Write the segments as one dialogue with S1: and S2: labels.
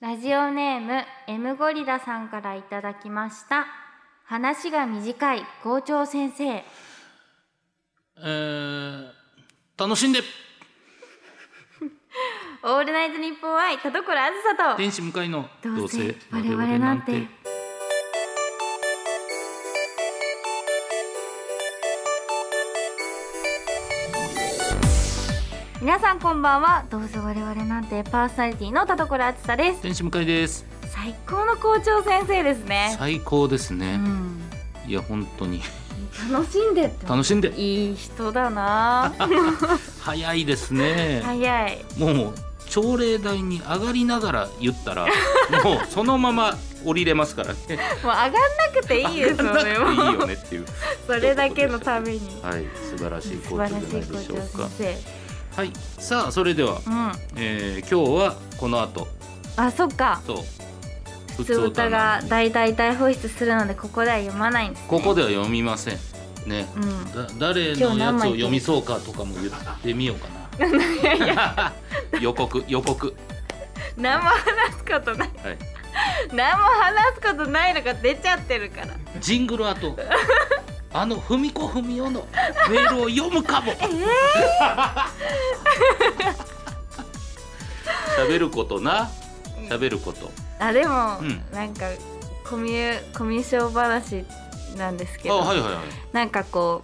S1: ラジオネーム M ゴリラさんからいただきました話が短い校長先生
S2: えー、楽しんで
S1: オールナイトニッポン愛田所あずさと
S2: 天使向かいの
S1: どうせ我々なんて皆さんこんばんはどうせ我々なんてパーソナリティの田所あずさです
S2: 天使向かいです
S1: 最高の校長先生ですね
S2: 最高です
S1: う
S2: ね、
S1: ん
S2: いや本当に
S1: 楽しんでって
S2: 楽しんで
S1: いい人だ な
S2: 早いですね、
S1: 早い
S2: もう朝礼台に上がりながら言っ たらもうそのまま降りれますからね
S1: もう上がんなくていいですよね
S2: 上がんなくていい
S1: も
S2: よ
S1: う
S2: ねっていう
S1: それだけのために
S2: はい素晴らしい
S1: 素晴
S2: 校長
S1: ら
S2: じ
S1: し
S2: ゃないい
S1: 校
S2: でしょう
S1: 長
S2: か
S1: 先
S2: はいさあそれでは、
S1: 生うん
S2: えー、今日はこの後
S1: あそっか
S2: と
S1: 普
S2: 普
S1: 通歌が
S2: 歌なので
S1: 大大大放出するのでここでは読まないんですね
S2: ここでは読みませんね
S1: うん
S2: だ誰のやつを読みそうかとかも言ってみようかな 予告予告
S1: 何も話すことない
S2: はい
S1: 何も話すことないのが出ちゃってるから
S2: ジングル後あの文子文雄のメールを読むかも。 喋ることな喋ること。
S1: あでも、
S2: うん
S1: なんかコミュコミュ障話なんですけ
S2: あ
S1: ど、
S2: はいはいは
S1: なんかこ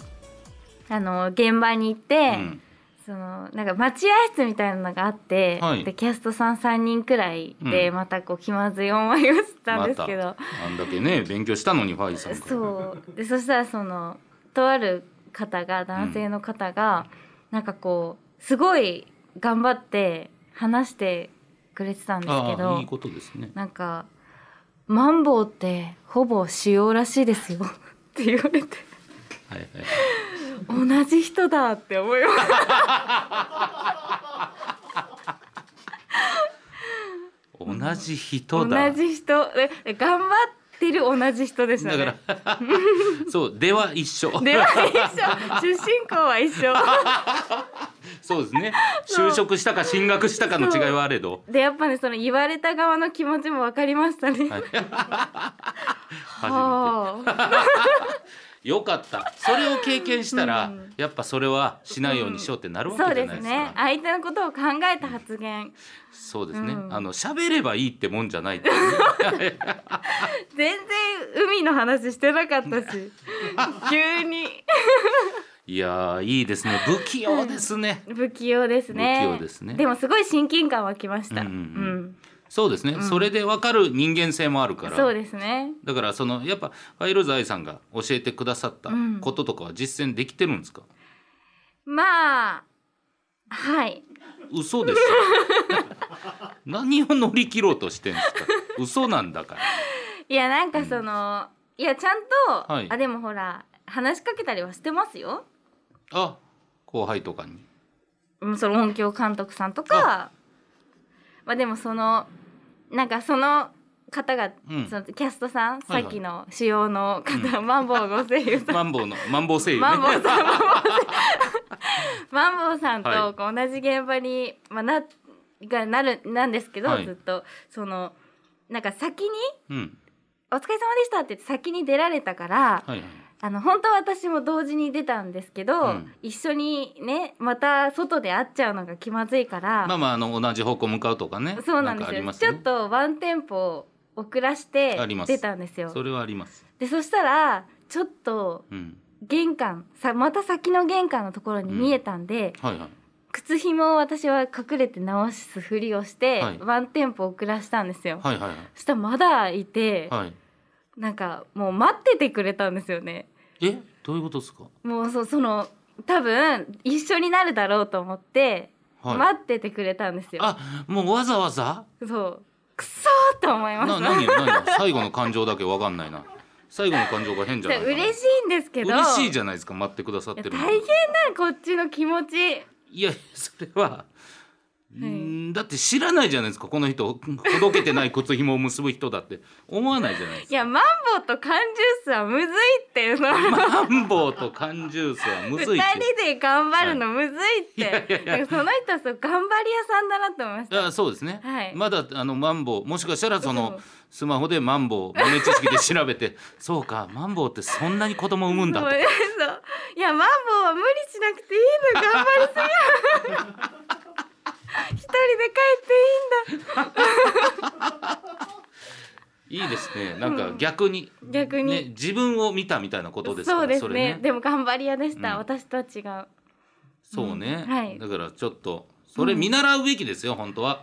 S1: うあの現場に行っ
S2: い。
S1: て、
S2: うん
S1: そのなんか待合室みたいなのがあって、
S2: はい
S1: でキャストさん3人くらいで、
S2: うん
S1: またこう気まずい思いをしたん
S2: ま
S1: です
S2: た
S1: けど、
S2: あんだけね勉強したのにファイさんから。
S1: そうでそしたらそのとある方が男性の方が、なんかこうすごい頑張って話してくれてたんですけ
S2: あ
S1: ど
S2: あいいことですね。
S1: なんか「マンボウってほぼ使用らしいですよ」 って言われて
S2: はいはい。
S1: 「同じ人だ」って思いました
S2: 同じ人だ。
S1: 同じ人え頑張ってる同じ人でした
S2: だ
S1: ね。
S2: から そうでは一緒。
S1: では一緒出身校は一緒
S2: そうですね。
S1: そう
S2: 就職したか進学したかの違いはあれど。
S1: でやっぱねその言われた側の気持ちも分かりましたね、
S2: はい初めて。
S1: はあ
S2: よかったそれを経験したら、
S1: うん
S2: やっぱそれはしないようにしようってなるわ
S1: そう
S2: けじゃ
S1: で
S2: ない
S1: す
S2: ですか、
S1: ね相手のことを考えた発言
S2: そうですね、
S1: うん
S2: あの喋ればいいってもんじゃないっていう ね
S1: 全然海の話してなかったし 急に
S2: いやーいいですね不器用ですね、
S1: 不器用ですね
S2: 不器用ですね
S1: もすごい親近感湧きました
S2: うんうんう
S1: うん
S2: そうですね、それでわかる人間性もあるから
S1: そうですね
S2: だからそのやっぱファイローズ愛さんが教えてくださった
S1: うん
S2: こととかは実践できてるんですか、
S1: まあはい
S2: 嘘でしょ 何を乗り切ろうとしてんですか嘘なんだから
S1: いやなんかその、いやちゃんと、
S2: はい
S1: あでもほら話しかけたりはしてますよ
S2: あ後輩とかに
S1: うんその音響監督さんとかまあでもそのなんかその方が、
S2: うん
S1: そのキャストさん、
S2: はいはい
S1: さっきの主要の方、マンボウご声優 さん
S2: マン ボウのマンボウ声優ね
S1: マンボウさんマンボウさん マンボウさん
S2: は
S1: と
S2: い
S1: こう同じ現場に、まあ、ながなるなんですけど、
S2: はい
S1: ずっとそのなんか先に
S2: うん
S1: 「お疲れ様でした」って言って先に出られたから、
S2: はいはい
S1: あの本当は私も同時に出たんですけど、
S2: うん
S1: 一緒にねまた外で会っちゃうのが気まずいから、
S2: まあまああの同じ方向向かうとかね。
S1: そうなんです
S2: かあ
S1: よ
S2: ります
S1: ち
S2: ね
S1: ょっとワンテンポ遅らして
S2: あります
S1: 出たんですよ。
S2: それはあります。
S1: でそしたらちょっと
S2: うん。
S1: 玄関さまた先の玄関のところに見えたんで、
S2: はいはい。
S1: 靴紐を私は隠れて直すふりをして、
S2: はい
S1: ワンテンポ遅らしたんですよ。
S2: はいはい
S1: そしたらまだいて、
S2: はい。はい。
S1: なんかもう待っててくれたんですよね。
S2: え、どういうことですか。
S1: もうそその多分一緒になるだろうと思って、
S2: はい。
S1: 待っててくれたんですよ。
S2: あ、もうわざわざ。
S1: そうくそーと思いま
S2: な、
S1: す。
S2: 何よ、何よ、最後の感情だけわかんないな。最後の感情が変じゃないかな。
S1: 嬉しいんですけど
S2: 嬉しいじゃないですか、待ってくださってるの。
S1: 大変だよこっちの気持ち
S2: いや、それは。うんだって知らないじゃないですかこの人ほどけてない靴紐を結ぶ人だって思わないじゃないです
S1: いやマンボウと缶ジュースはむずいってその
S2: かマンボウと缶ジュースはむ
S1: 二
S2: ずい
S1: 人
S2: って
S1: で頑張るのむずいって、
S2: はいいやいやい
S1: だ
S2: や
S1: からその人はそう頑張り屋さんだなと思いました
S2: あそうですね、
S1: はい
S2: まだあのマンボウもしかしたらそ
S1: そう
S2: のスマホでマンボウ豆知識で調べてそうかマンボウってそんなに子供産むんだ
S1: そ
S2: と
S1: うそういやマンボウは無理しなくていいの頑張りすぎ 一人で帰っていいんだ
S2: いいですねなんか逆に、
S1: 逆に、
S2: ね、自分を見たみたいなことですから
S1: そうです
S2: れ
S1: ね
S2: ね
S1: でも頑張り屋でした、
S2: うん
S1: 私とは違う
S2: そうね、
S1: うんはい
S2: だからちょっとそれ見習うべきですよ、本当は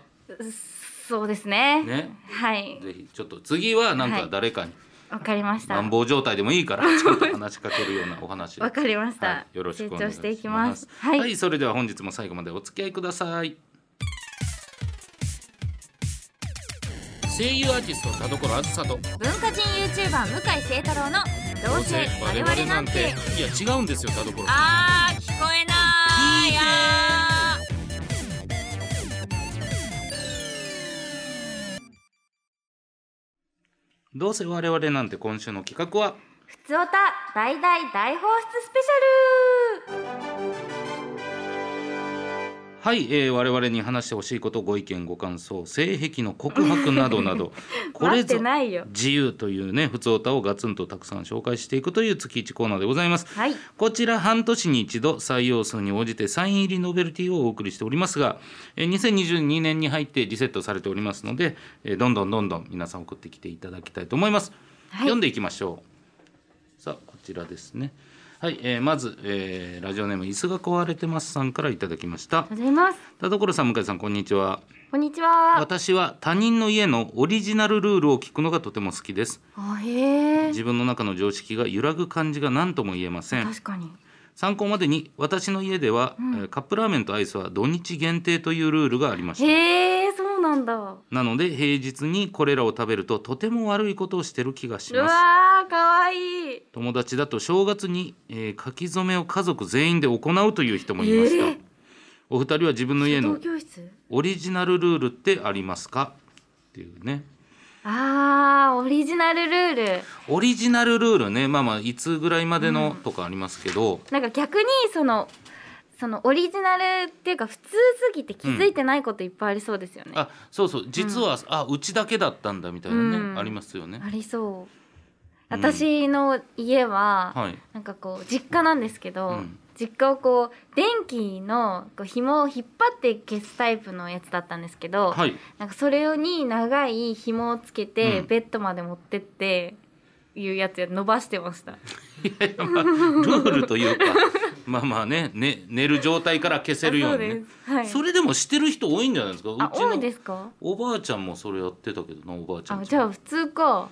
S1: そうですね
S2: ね
S1: はい
S2: ぜひちょっと次はなん
S1: は
S2: か
S1: い
S2: 誰かに
S1: わかりました
S2: 乱暴状態でもい いからちょっと話しかけるようなお話を
S1: わかりました、
S2: はい、よろしくお願い
S1: 成長してい
S2: し
S1: きま
S2: ますす。
S1: はい、
S2: はい、それでは本日も最後までお付き合いください。声優アーティスト田所あずさと
S1: 文化人 YouTuber 向井聖太郎の「どうせ我々なんて
S2: いや違うんですよ田所」
S1: あー聞こえない
S2: い
S1: あー
S2: どうせ我々なんて今週の企画は
S1: ふつおた大大大放出スペシャル
S2: はい、えー、我々に話してほしいことご意見ご感想性癖の告白などなど これ
S1: 待っ
S2: ぞ
S1: てないよ
S2: 自由というね普通歌をガツンとたくさん紹介していくという月1コーナーでございます
S1: はい
S2: こちら半年に一度採用数に応じてサイン入りノベルティをお送りしておりますがえー2022年に入ってリセットされておりますのでえーどんどんどんどん皆さん送ってきていただきたいと思います、
S1: はい
S2: 読んでいきましょうさあこちらですねはい、えーまず、えーラジオネーム椅子が壊れてますさんからいただきました
S1: ございます
S2: 田所さん向井さんこんにちは
S1: こんにちは
S2: 私は他人の家のオリジナルルールを聞くのがとても好きです
S1: あへえ
S2: 自分の中の常識が揺らぐ感じが何とも言えません
S1: 確かに
S2: 参考までに私の家では、えーカップラーメンとアイスは土日限定というルールがありました
S1: へえそうなんだう
S2: なので平日にこれらを食べるととても悪いことをしてる気がします
S1: わーかわいい
S2: 友達だと正月に、えー書き初めを家族全員で行うという人もいました、
S1: えー
S2: お二人は自分の家の
S1: 同教室
S2: オリジナルルールってありますかっていうね
S1: あーオリジナルルール
S2: オリジナルルールねまあまあいつぐらいまでのとかありますけど、
S1: なんか逆にそのそのオリジナルっていうか普通すぎて気づいてないこといっぱいありそうですよね、あ
S2: あそうそう実は、あうちだけだったんだみたいなね、
S1: うん
S2: ありますよね。
S1: りそう私の家は、
S2: はい、
S1: なんかこう実家なんですけど、
S2: うん
S1: 実家をこう電気のこう紐を引っ張って消すタイプのやつだったんですけど、
S2: はい、
S1: なんかそれに長い紐をつけて、
S2: うん
S1: ベッドまで持ってっていうやつや伸ばしてました
S2: まあ、ルールというか まあまあねね寝る状態から消せるようにね
S1: あそうですはい
S2: それでもしてる人多いんじゃないですかう
S1: あ
S2: ちの
S1: 多いですか
S2: おばあちゃんもそれやってたけどなおばあちゃ
S1: あ
S2: んち
S1: じゃあ普通か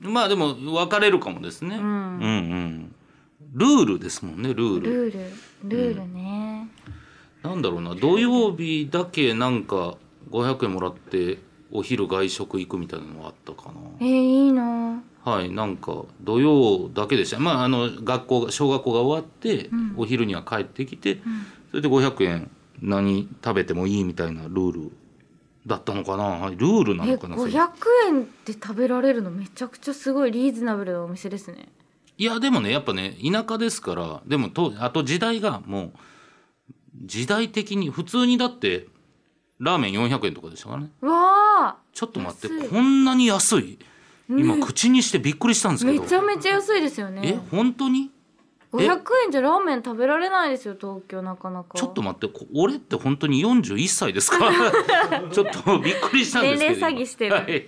S2: まあでも別れるかもですね、
S1: うん
S2: うんうんルールですもんねルール
S1: ルールルールね、
S2: なんだろうな土曜日だけなんか500円もらってお昼外食行くみたいなのがあったかな
S1: えー、いいな
S2: はい、なんか土曜だけでした、まあ、あの学校が小学校が終わって、
S1: ん
S2: お昼には帰ってきて、
S1: ん
S2: それで500円何食べてもいいみたいなルールだったのかな、はい、ルールな
S1: え
S2: のかなそれ
S1: 500円で食べられるのめちゃくちゃすごいリーズナブルなお店ですね
S2: いやでもねやっぱね田舎ですからでもとあと時代がもう時代的に普通にだってラーメン400円とかでしたからね
S1: うわ
S2: ちょっと待って
S1: 安い
S2: こんなに安い
S1: ー、
S2: 今
S1: ね
S2: 口にしてびっくりしたんですけ
S1: め
S2: ど、
S1: ちゃめちゃ安いですよ
S2: え
S1: ね
S2: 本当にえ
S1: 500円じゃラーメン食べられないですよ東京なかなか
S2: ちょっと待って、こ俺って本当に41歳です かちょっとびっくりしたんですけど
S1: 年齢詐欺してる
S2: 今はい、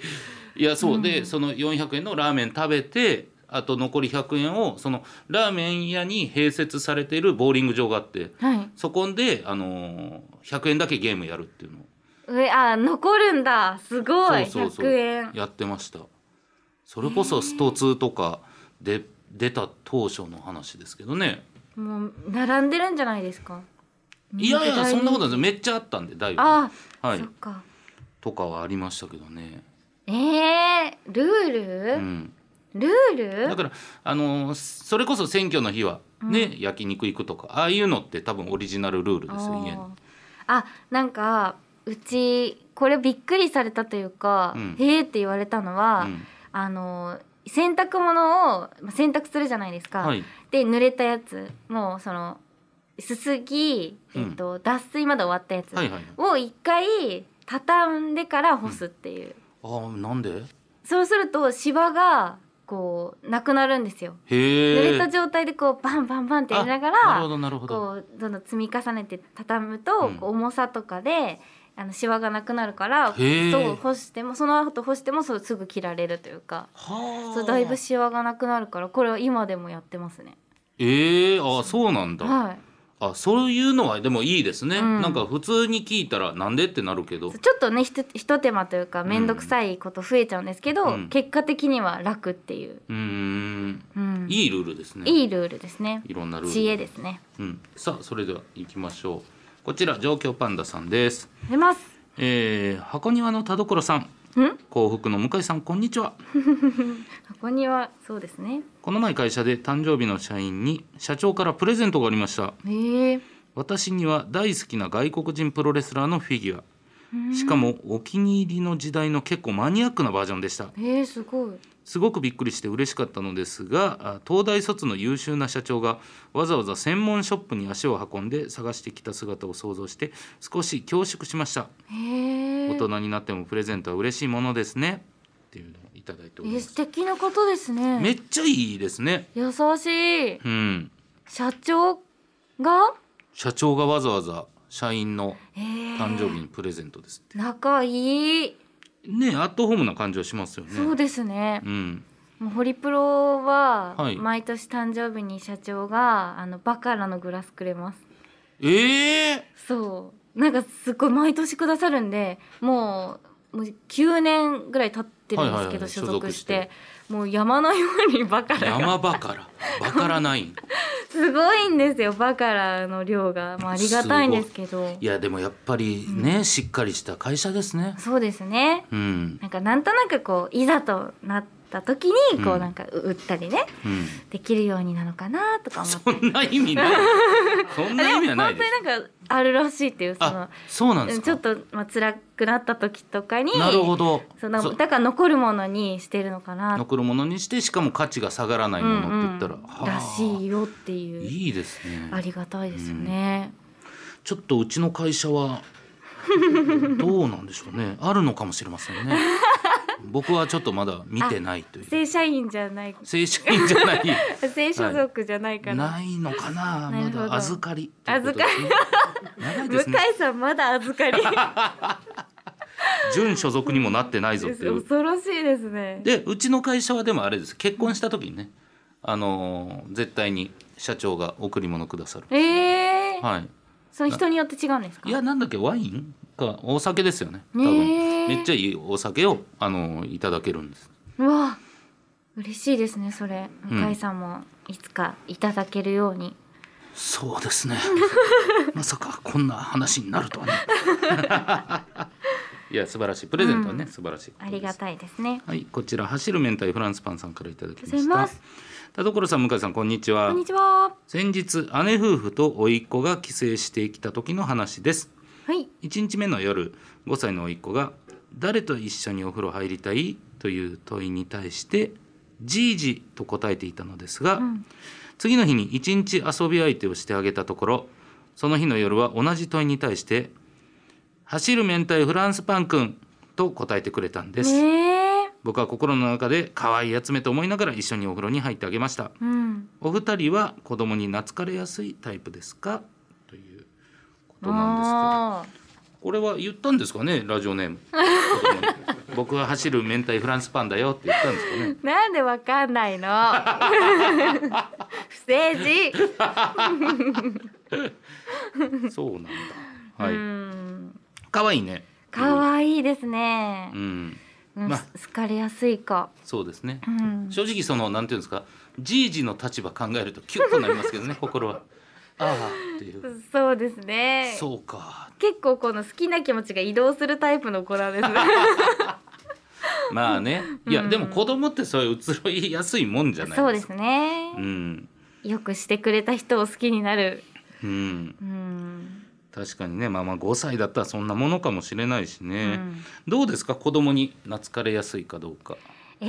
S2: いやそうで、その400円のラーメン食べてあと残り100円をそのラーメン屋に併設されているボーリング場があって
S1: はい
S2: そこで、あのー100円だけゲームやるっていうのを
S1: 上あ残るんだすごい
S2: そうそうそう
S1: 100円
S2: やってましたそれこそスト2とかで出た当初の話ですけどね
S1: もう並んでるんじゃないですか
S2: いやいやそんなことない
S1: い
S2: ですめっちゃあったんでだいぶ
S1: あ、そ
S2: はい
S1: っ、か
S2: とかはありましたけどね。
S1: えー、ルール、
S2: うん
S1: ルー
S2: だ
S1: ル
S2: からあのーそれこそ選挙の日はね、焼肉行くとかああいうのって多分オリジナルルールですよ家に
S1: あーあなんかううちこれびっくりされたというか「
S2: うん
S1: へえ」って言われたのは、
S2: うん
S1: あの洗濯物をまあ洗濯するじゃないですか。
S2: はい
S1: で濡れたやつもうそのすすぎ、えっと脱水まで終わったやつ
S2: はいはいはい
S1: を一回畳んでから干すっていう、
S2: あーなんで
S1: そうするとシワがこうなくなるんですよ。
S2: へえ
S1: 濡れた状態でこうバンバンバンってやりなが
S2: なる
S1: ら
S2: ほどなるほど
S1: こうどんどん積み重ねて畳むと、
S2: うん
S1: こう重さとかであのシワがなくなるから
S2: へえ
S1: そう干してもその後干してもそうすぐ着られるというか
S2: はあ
S1: そうだいぶシワがなくなるからこれは今でもやってますね。
S2: ええあそうなんだ、
S1: はい
S2: あそういうのはでもいいですね、
S1: うん
S2: なんか普通に聞いたらなんでってなるけど
S1: そうちょっとねひとひと手間というか面倒くさいこと増えちゃうんですけど、
S2: うん
S1: 結果的には楽っていう、
S2: うーん
S1: うん、
S2: いいルールですね
S1: いいルールですね
S2: いろんなルール
S1: 知恵ですね
S2: うん、さあそれでは行きましょうこちら上京パンダさんです、
S1: 出ます
S2: えー、箱庭の田所さん
S1: ん
S2: 幸福の向井さんこんにちは
S1: 箱庭そうですね
S2: この前会社で誕生日の社員に社長からプレゼントがありました
S1: へえ
S2: 私には大好きな外国人プロレスラーのフィギュアしかもお気に入りの時代の結構マニアックなバージョンでした
S1: へえすごい
S2: すごくびっくりして嬉しかったのですがあ東大卒の優秀な社長がわざわざ専門ショップに足を運んで探してきた姿を想像して少し恐縮しました
S1: へえ
S2: 大人になってもプレゼントは嬉しいものですねっていうのをいただいており
S1: え
S2: ま
S1: 素
S2: す
S1: 敵なことです
S2: め
S1: ね
S2: っちゃいいですね
S1: 優しい
S2: うん
S1: 社長が
S2: 社長がわざわざ社員の
S1: へえ
S2: 誕生日にプレゼントですって
S1: 仲いい、
S2: ねアットホームな感じはしますよね
S1: そうですね
S2: うん
S1: もうホリプロは
S2: はい
S1: 毎年誕生日に社長があのバカラのグラスくれます
S2: ええ
S1: そうなんかすごい毎年くださるんでもうもう9年ぐらい経ってるんですけど、
S2: はいはいはい
S1: 所属して
S2: 所属
S1: もう山のようにバカラが
S2: 山バカラバカラナ イン
S1: すごいんですよバカラの量が、まあ、ありがたいんですけど
S2: いやでもやっぱりね、しっかりした会社ですね
S1: そうですね
S2: うん、
S1: なんかなんとなくこういざとなった時にこ
S2: う
S1: うんなんか売ったりね、
S2: うん、
S1: できるようになのかなとか思って
S2: そんな意 味ないそんな意味は
S1: でも
S2: ない
S1: 本
S2: で
S1: 当
S2: す
S1: になんかあるらしいっていうその
S2: あそうなんです
S1: ちょ
S2: か
S1: っとまあ辛くなった時とかに
S2: なるほど
S1: そうなんか
S2: そ
S1: だから残るものにしてるのかな
S2: 残るものにしてしかも価値が下がらないものって言ったら、
S1: うんうん
S2: はあ
S1: らしいよっていう
S2: いいですね
S1: ありがたいですよね、
S2: ちょっとうちの会社は どうなんでしょうねあるのかもしれませんね僕はちょっとまだ見てないという
S1: 正社員じゃない
S2: 正社員じ ゃない
S1: 正所属じゃないから、
S2: ないのか
S1: な
S2: な
S1: る
S2: ま
S1: ほど
S2: だ預かりということですね長い で
S1: 向
S2: すね
S1: 井さんまだ預 かり
S2: 準所属にもなってないぞっていう
S1: 恐ろしいですね
S2: でうちの会社はでもあれです結婚した時にねあのー絶対に社長が贈り物くださる
S1: えー
S2: はい
S1: その人によって違うんですか
S2: いやなんだっけワインかお酒ですよね多
S1: ね
S2: 分
S1: え
S2: めっちゃいいお酒をあのいただけるんです
S1: うわ嬉しいですねそれ
S2: うん
S1: 向井さんもいつかいただけるように、
S2: そうですね まさかこんな話になると はねいや素晴らしいプレゼントはね、素晴らしいこと
S1: あ
S2: で
S1: り
S2: す
S1: がたいですね
S2: はいこちら走る明太フランスパンさんからいただ
S1: あ
S2: きま
S1: り
S2: し
S1: がとうござい
S2: た
S1: ます
S2: 田所さん向井さんこんにち
S1: こ
S2: は
S1: んにちは
S2: 先日姉夫婦と甥っ子が帰省してきた時の話です
S1: はい
S2: 1日目の夜5歳の甥っ子が「誰と一緒にお風呂入りたい?」という問いに対して「じいじ」と答えていたのですが、
S1: ん
S2: 次の日に一日遊び相手をしてあげたところその日の夜は同じ問いに対して「走る明太フランスパンくん」と答えてくれたんです、
S1: ねえ
S2: 僕は心の中で可愛いやつめと思いながら一緒にお風呂に入ってあげました
S1: うん
S2: お二人は子供に懐かれやすいタイプですかということなんですけど
S1: あー
S2: これは言ったんですかねラジオネーム僕は走る明太フランスパンだよって言ったんですかね
S1: なんでわかんないの不正事
S2: そうなんだは
S1: う
S2: い
S1: ん
S2: 可愛いね
S1: か
S2: い
S1: わいいですね
S2: う、ん
S1: うん
S2: まあ
S1: す好かれやすいか、
S2: そうですね
S1: うん、
S2: 正直そのなんていうんですかじいじの立場考えるとキュッとなりますけど ね心はああっていう
S1: そうですね
S2: そうか
S1: 結構この好きな気持ちが移動するタイプの子なんですね
S2: まあねいや
S1: うん
S2: でも子供ってそういう移ろいやすいも んじゃないですか
S1: そうですね
S2: う、ん
S1: よくしてくれた人を好きになる
S2: うん
S1: うん
S2: 確かにねまあまあ5歳だったらそんなものかもしれないし
S1: う
S2: ね、
S1: ん、
S2: どうですか子供に懐かれやすいかどうか
S1: え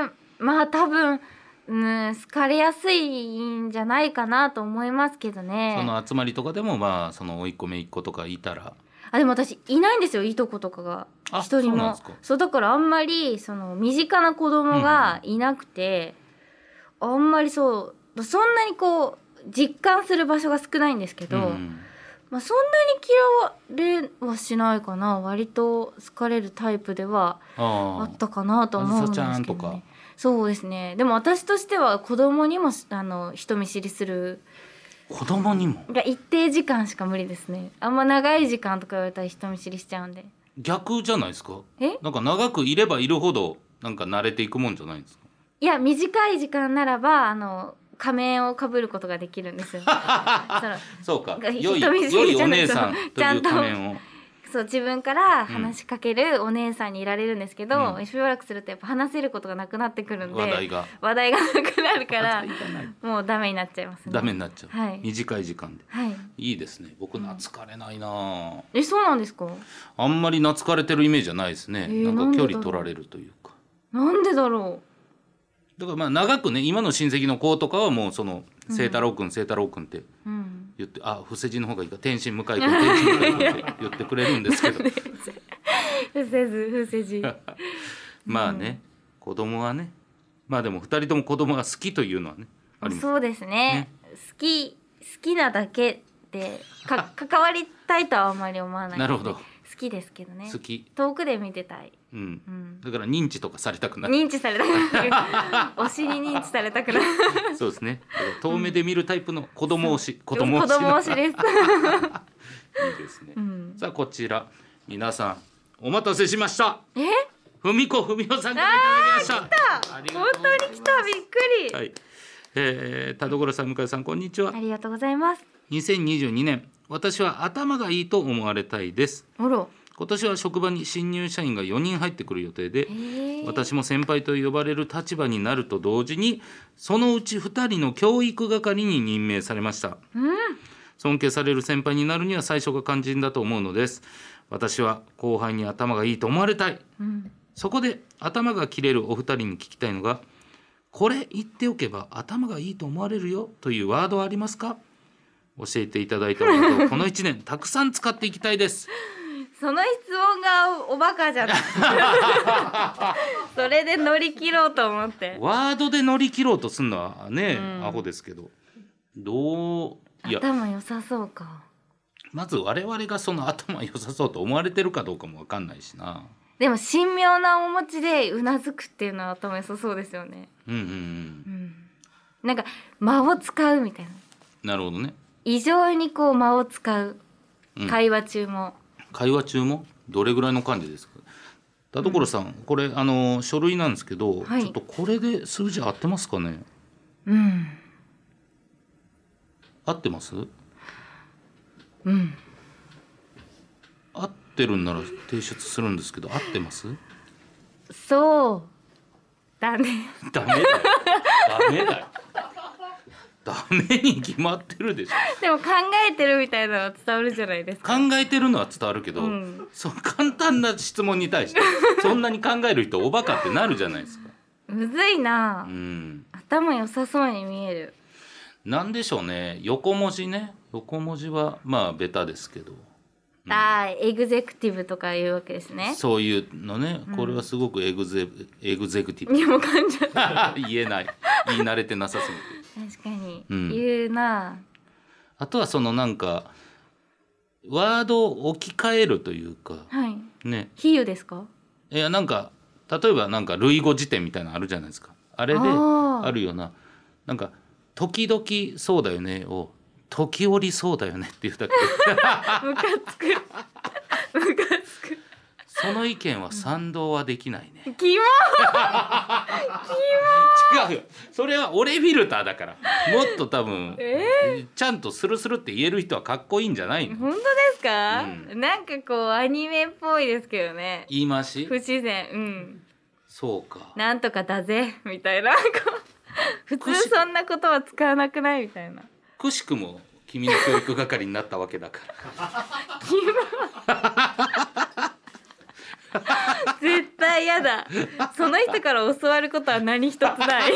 S1: ー、まあ多分、うん、好かれやすいんじゃないかなと思いますけど
S2: そ
S1: ね
S2: の集まりとかでもまあその甥いっ子姪っ子とかいたら
S1: あでも私いないんですよいとことかが
S2: あ
S1: 一人
S2: そうなんで
S1: も
S2: すか
S1: そうだからあんまりその身近な子供がいなくて、あんまりそうそんなにこう実感する場所が少ないんですけど、
S2: うん
S1: まあ、そんなに嫌われはしないかな割と好かれるタイプではあ
S2: あ
S1: ったかなと思うんです
S2: あずさちゃん
S1: け
S2: と
S1: ど、
S2: か
S1: ね、そうですねでも私としては子供にもしあの人見知りする
S2: あ子供にも
S1: が一定時間しか無理ですねあんま長い時間とか言われたら人見知りしちゃうんで
S2: 逆じゃないですか
S1: え
S2: なんか長くいればいるほどなんか慣れていくもんじゃないんですか
S1: いや短い時間ならばあの仮面をかぶることができるん ですよその
S2: そうか
S1: が
S2: 良い
S1: 人見知りじゃ
S2: 良
S1: ない
S2: いお姉さんと
S1: ちゃ
S2: いうん
S1: と
S2: 仮面を
S1: そう自分から話しかけるお姉さんにいられるんですけど、
S2: うん
S1: しばらくするとやっぱ話せることがなくなってくるんで
S2: 話題が
S1: 話題がなくなるから
S2: 話題がない
S1: もうダメになっちゃいますね
S2: ダメになっちゃう、
S1: はい
S2: 短い時間で
S1: はい
S2: いいですね僕懐かれないなあ
S1: えそうなんですか
S2: あんまり懐かれてるイメージじゃないですね、
S1: えーな
S2: な
S1: んん
S2: か
S1: で
S2: 距
S1: だろう
S2: 離取られるというか
S1: なんでだろ
S2: だからまあ長くね今の親戚の子とかはもうその「清太郎君清太郎君」って
S1: ううん
S2: 言って「あ伏せ字の方がいいか天心向井君天心向井君」って言ってくれるんです けど
S1: 風せず風せじ
S2: まあね子供はねまあでも二人とも子供が好きというのはねあります
S1: そうですね好き好きなだけで か関わりたいとはあんまり思わない
S2: なるほど
S1: 好きですけどね
S2: 好き
S1: 遠くで見てたい、
S2: うん
S1: うん、
S2: だから認知とかされたくない
S1: 認知されたくない 推しに認知されたくない
S2: そうですねだから遠目で見るタイプの子供推し 子供
S1: 子
S2: 推し
S1: 供
S2: の
S1: 推し です、
S2: いいですね
S1: うん、
S2: さあこちら皆さんお待たせしました
S1: え
S2: 文子文夫さんからいただきましたありが
S1: 本
S2: とうございます
S1: 当に来たびっくり、
S2: はい、えー、田所さん向井さんこんにちは
S1: ありがとうございます
S2: 2022年私は頭がいいと思われたいです
S1: あら
S2: 今年は職場に新入社員が4人入ってくる予定で
S1: えー、
S2: 私も先輩と呼ばれる立場になると同時にそのうち2人の教育係に任命されました
S1: うん
S2: 尊敬される先輩になるには最初が肝心だと思うのです私は後輩に頭がいいと思われたい
S1: うん
S2: そこで頭が切れるお二人に聞きたいのがこれ言っておけば頭がいいと思われるよというワードはありますか教えていただいたワードをこの一年たくさん使っていきたいです
S1: その質問がおバカじゃない それで乗り切ろうと思って
S2: ワードで乗り切ろうとすんのはね、
S1: うん
S2: アホですけどどういや
S1: 頭良さそうか
S2: まず我々がその頭良さそうと思われてるかどうかもわかんないしな
S1: でも神妙なお持ちでうなずくっていうのは頭良さそうですよね
S2: うんうん
S1: う
S2: うん
S1: なんか間を使うみたいなん
S2: なるほどね、
S1: 異常にこう間を使う
S2: うん、
S1: 会話中も、
S2: 会話中もどれぐらいの感じですか田所さん、これあの書類なんですけど、
S1: はい
S2: ちょっとこれで数字合ってますかね
S1: うん
S2: 合ってます
S1: うん
S2: 合ってるんなら提出するんですけど合ってます
S1: そうだね
S2: ダメだよダメだよダメに決まってるでしょ
S1: でも考えてるみたいなのは伝わるじゃないですか
S2: 考えてるのは伝わるけど、
S1: うん
S2: そう簡単な質問に対してそんなに考える人おバカってなるじゃないですか
S1: むずいな
S2: う、ん
S1: 頭良さそうに見える
S2: なんでしょうね横文字ね横文字はまあベタですけど
S1: あーエグゼクティブとかいうわけですね。
S2: そういうのねこれはすごくエグゼ、エグゼクテ ィ
S1: にも感じ確
S2: ブ言えない言い慣れてなさすぎて
S1: かに、
S2: うん
S1: 言うな。
S2: あとはそのなんかワードを置き換えるというか
S1: はい。
S2: ね
S1: 比喩ですか？
S2: いやなんか例えばなんか類語辞典みたいなのあるじゃないですかあれで
S1: あー
S2: あるようななんか「時々そうだよね」を「時折そうだよね」って言うだけ
S1: ムカつく。ム カつく。
S2: その意見は賛同はできないね。
S1: キモ。
S2: 違うよそれは俺フィルターだからもっと多分、ちゃんとスルスルって言える人はかっこいいんじゃないの
S1: 本当ですか？
S2: う
S1: なんかこうアニメっぽいですけどね。
S2: 言い回し
S1: 不自然。うん。
S2: そうか
S1: なんとかだぜみ たいな。こう普通そんなことは使わなくないみたいな。
S2: くしくも昨君の教育係になったわけだから
S1: 絶対嫌だその人から教わることは何一つ ない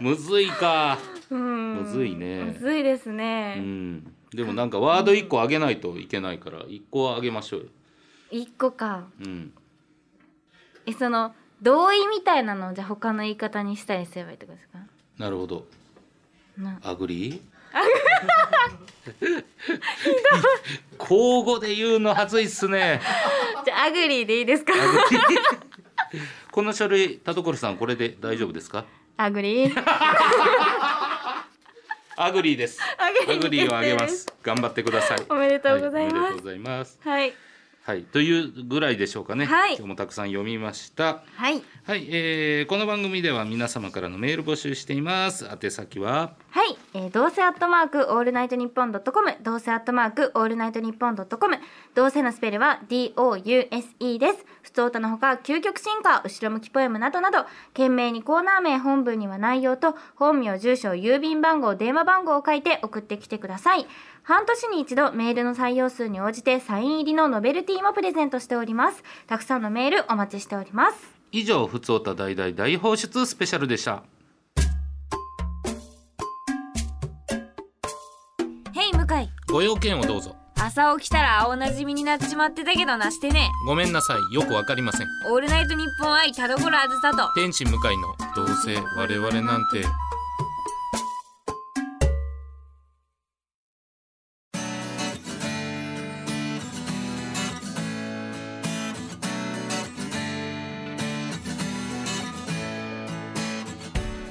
S2: むずいか
S1: うん
S2: むずいね
S1: むずいです
S2: う
S1: ね
S2: んでもなんかワード1個あげないといけないから1個はあげましょうよ
S1: 一個か
S2: うん
S1: えその同意みたいなのをじゃあ他の言い方にしたりすればいいってことですか
S2: なるほど
S1: な
S2: アグリー交互で言うのはずいっすね
S1: じゃあアグリーでいいですか
S2: この書類田所さんこれで大丈夫ですか
S1: アグリー
S2: アグリーです
S1: ア
S2: ア
S1: グ
S2: グ
S1: リ
S2: リ
S1: ー
S2: ーをあげます頑張ってください
S1: おめでとうござい
S2: はおめで
S1: ま
S2: とう
S1: す
S2: ございます
S1: はい
S2: はいというぐらいでしょうかね、
S1: はい
S2: 今日もたくさん読みました
S1: はい
S2: はい、えー、この番組では皆様からのメール募集しています宛先は
S1: はい、えー、どうせアットマークオールナイトニッポンドットコムどうせアットマークオールナイトニッポンドットコムどうせのスペルは DOUSE です不登歌のほか究極進化後ろ向きポエムなどなど懸命にコーナー名本文には内容と本名住所郵便番号電話番号を書いて送ってきてください半年に一度メールの採用数に応じてサイン入りのノベルティもプレゼントしておりますたくさんのメールお待ちしております
S2: 以上「ふつおた大大大放出スペシャル」でした
S3: へい向井
S2: ご用件をどうぞ
S3: 朝起きたら青なじみになっちまってたけどなしてね
S2: ごめんなさいよくわかりません
S3: オールナイトニッポン愛田所あずさと
S2: 天使向かいの「どうせ我々なんて」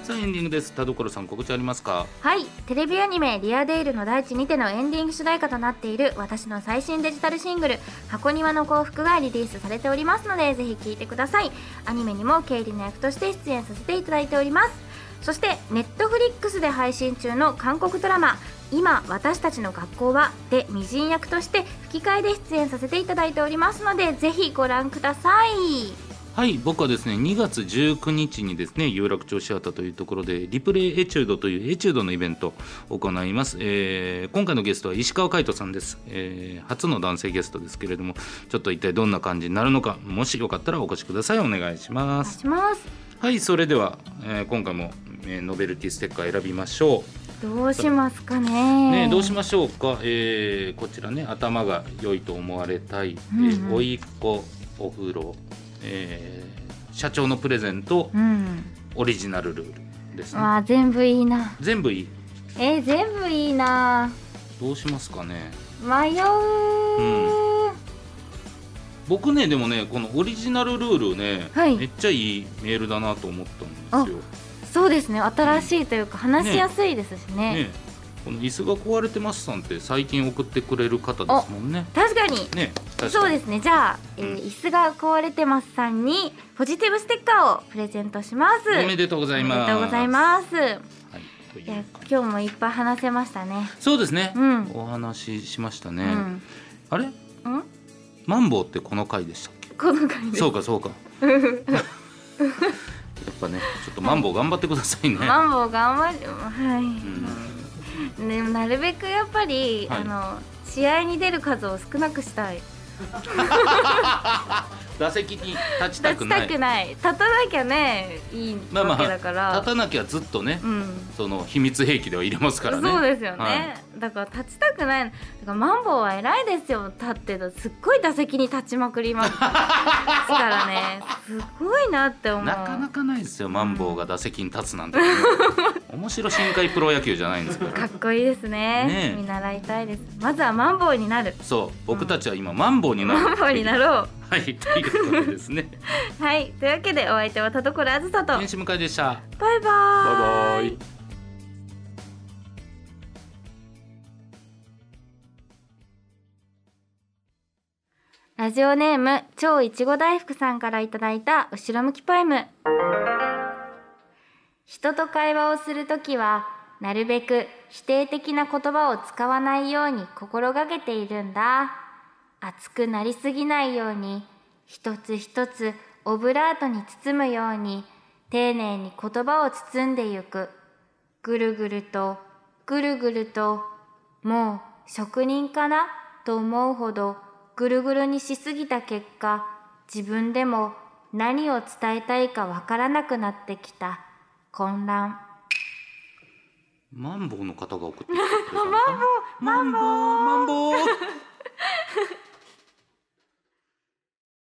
S2: さあエンディングです田所さん告知ありますか
S1: はいテレビアニメ「リアデイルの大地にて」のエンディング主題歌となっている私の最新デジタルシングル「箱庭の幸福」がリリースされておりますのでぜひ聴いてくださいアニメにも経理の役として出演させていただいておりますそしてネットフリックスで配信中の韓国ドラマ「今私たちの学校は」で未人役として吹き替えで出演させていただいておりますのでぜひご覧ください
S2: はい僕はですね2月19日にですね有楽町シアターというところでリプレイエチュードというエチュードのイベントを行います、えー今回のゲストは石川海人さんです、えー初の男性ゲストですけれどもちょっと一体どんな感じになるのかもしよかったらお越しくださいお願いしま
S1: お願い
S2: す
S1: します
S2: はいそれでは、えー今回も、えーノベルティステッカー選びましょ
S1: どうしますかね
S2: うねどうしましょうか、えーこちらね頭が良いと思われたい、えー
S1: うんうん
S2: おいっ子お風呂、えー社長のプレゼント、
S1: うん
S2: オリジナルルールですね
S1: わあ全部いいな
S2: 全部いい
S1: えー、全部いいな
S2: どうしますかね
S1: 迷う、
S2: 僕ねでもねこのオリジナルルールね、
S1: はい
S2: めっちゃいいメールだなと思ったんですよ、
S1: そうですね新しいというか話しやすいですしね
S2: ね、この椅子が壊れてますさんって最近送ってくれる方ですもんね
S1: 確かに
S2: ね
S1: そうですすねじゃあ、えー
S2: うん
S1: 椅子が壊れてますさんにポジティブステッカーをプレゼントします
S2: おめでとうございます
S1: おめでとうございます
S2: す、はい、という
S1: いや
S2: 感じ
S1: 今日もいっぱい話せましたね
S2: そうですね、
S1: うん
S2: お話ししましたね、
S1: うん、
S2: あれ
S1: うん、
S2: マンボウってこの回でしたっけ
S1: この回です
S2: そうかそ うかやっぱねちょっとマンボウ頑張ってくださいね、
S1: マンボウ頑張るはい、
S2: うん
S1: でもなるべくやっぱり、
S2: はい
S1: あの試合に出る数を少なくしたい
S2: 打席に立ちた
S1: 立
S2: く
S1: ち
S2: な
S1: た
S2: い
S1: くない立たなきゃねいい
S2: まあま
S1: わ
S2: あ
S1: けだから、
S2: 立たなきゃずっとね、
S1: うん
S2: その秘密兵器では入れますからね
S1: そうですよね、
S2: はい
S1: だから立ちたくないだからマンボウは偉いですよ立ってたすっごい打席に立ちまくり ますからねすごいなって思う
S2: なかなかないですよマンボウが打席に立つなんて、ね、面白深海プロ野球じゃないんですか
S1: からっこいいですね
S2: ねえ
S1: 見習いたいですまずはマンボウになる
S2: そう僕たちは今マンボウになる
S1: マンボウになろう
S2: はいということでですね
S1: はいというわけでお相手は田所あずさと
S2: 天使向かいでした
S1: バイバーイ
S2: バイ
S1: ラジオネーム超いちご大福さんからいただいた後ろ向きポエム人と会話をするときはなるべく否定的な言葉を使わないように心がけているんだ熱くなりすぎないように一つ一つオブラートに包むように丁寧に言葉を包んでゆくぐるぐるとぐるぐるともう職人かなと思うほどぐるぐるにしすぎた結果自分でも何を伝えたいかわからなくなってきた混乱
S2: マンボウの方が送ってきてくれたのかなマンボウマンボウマンボウ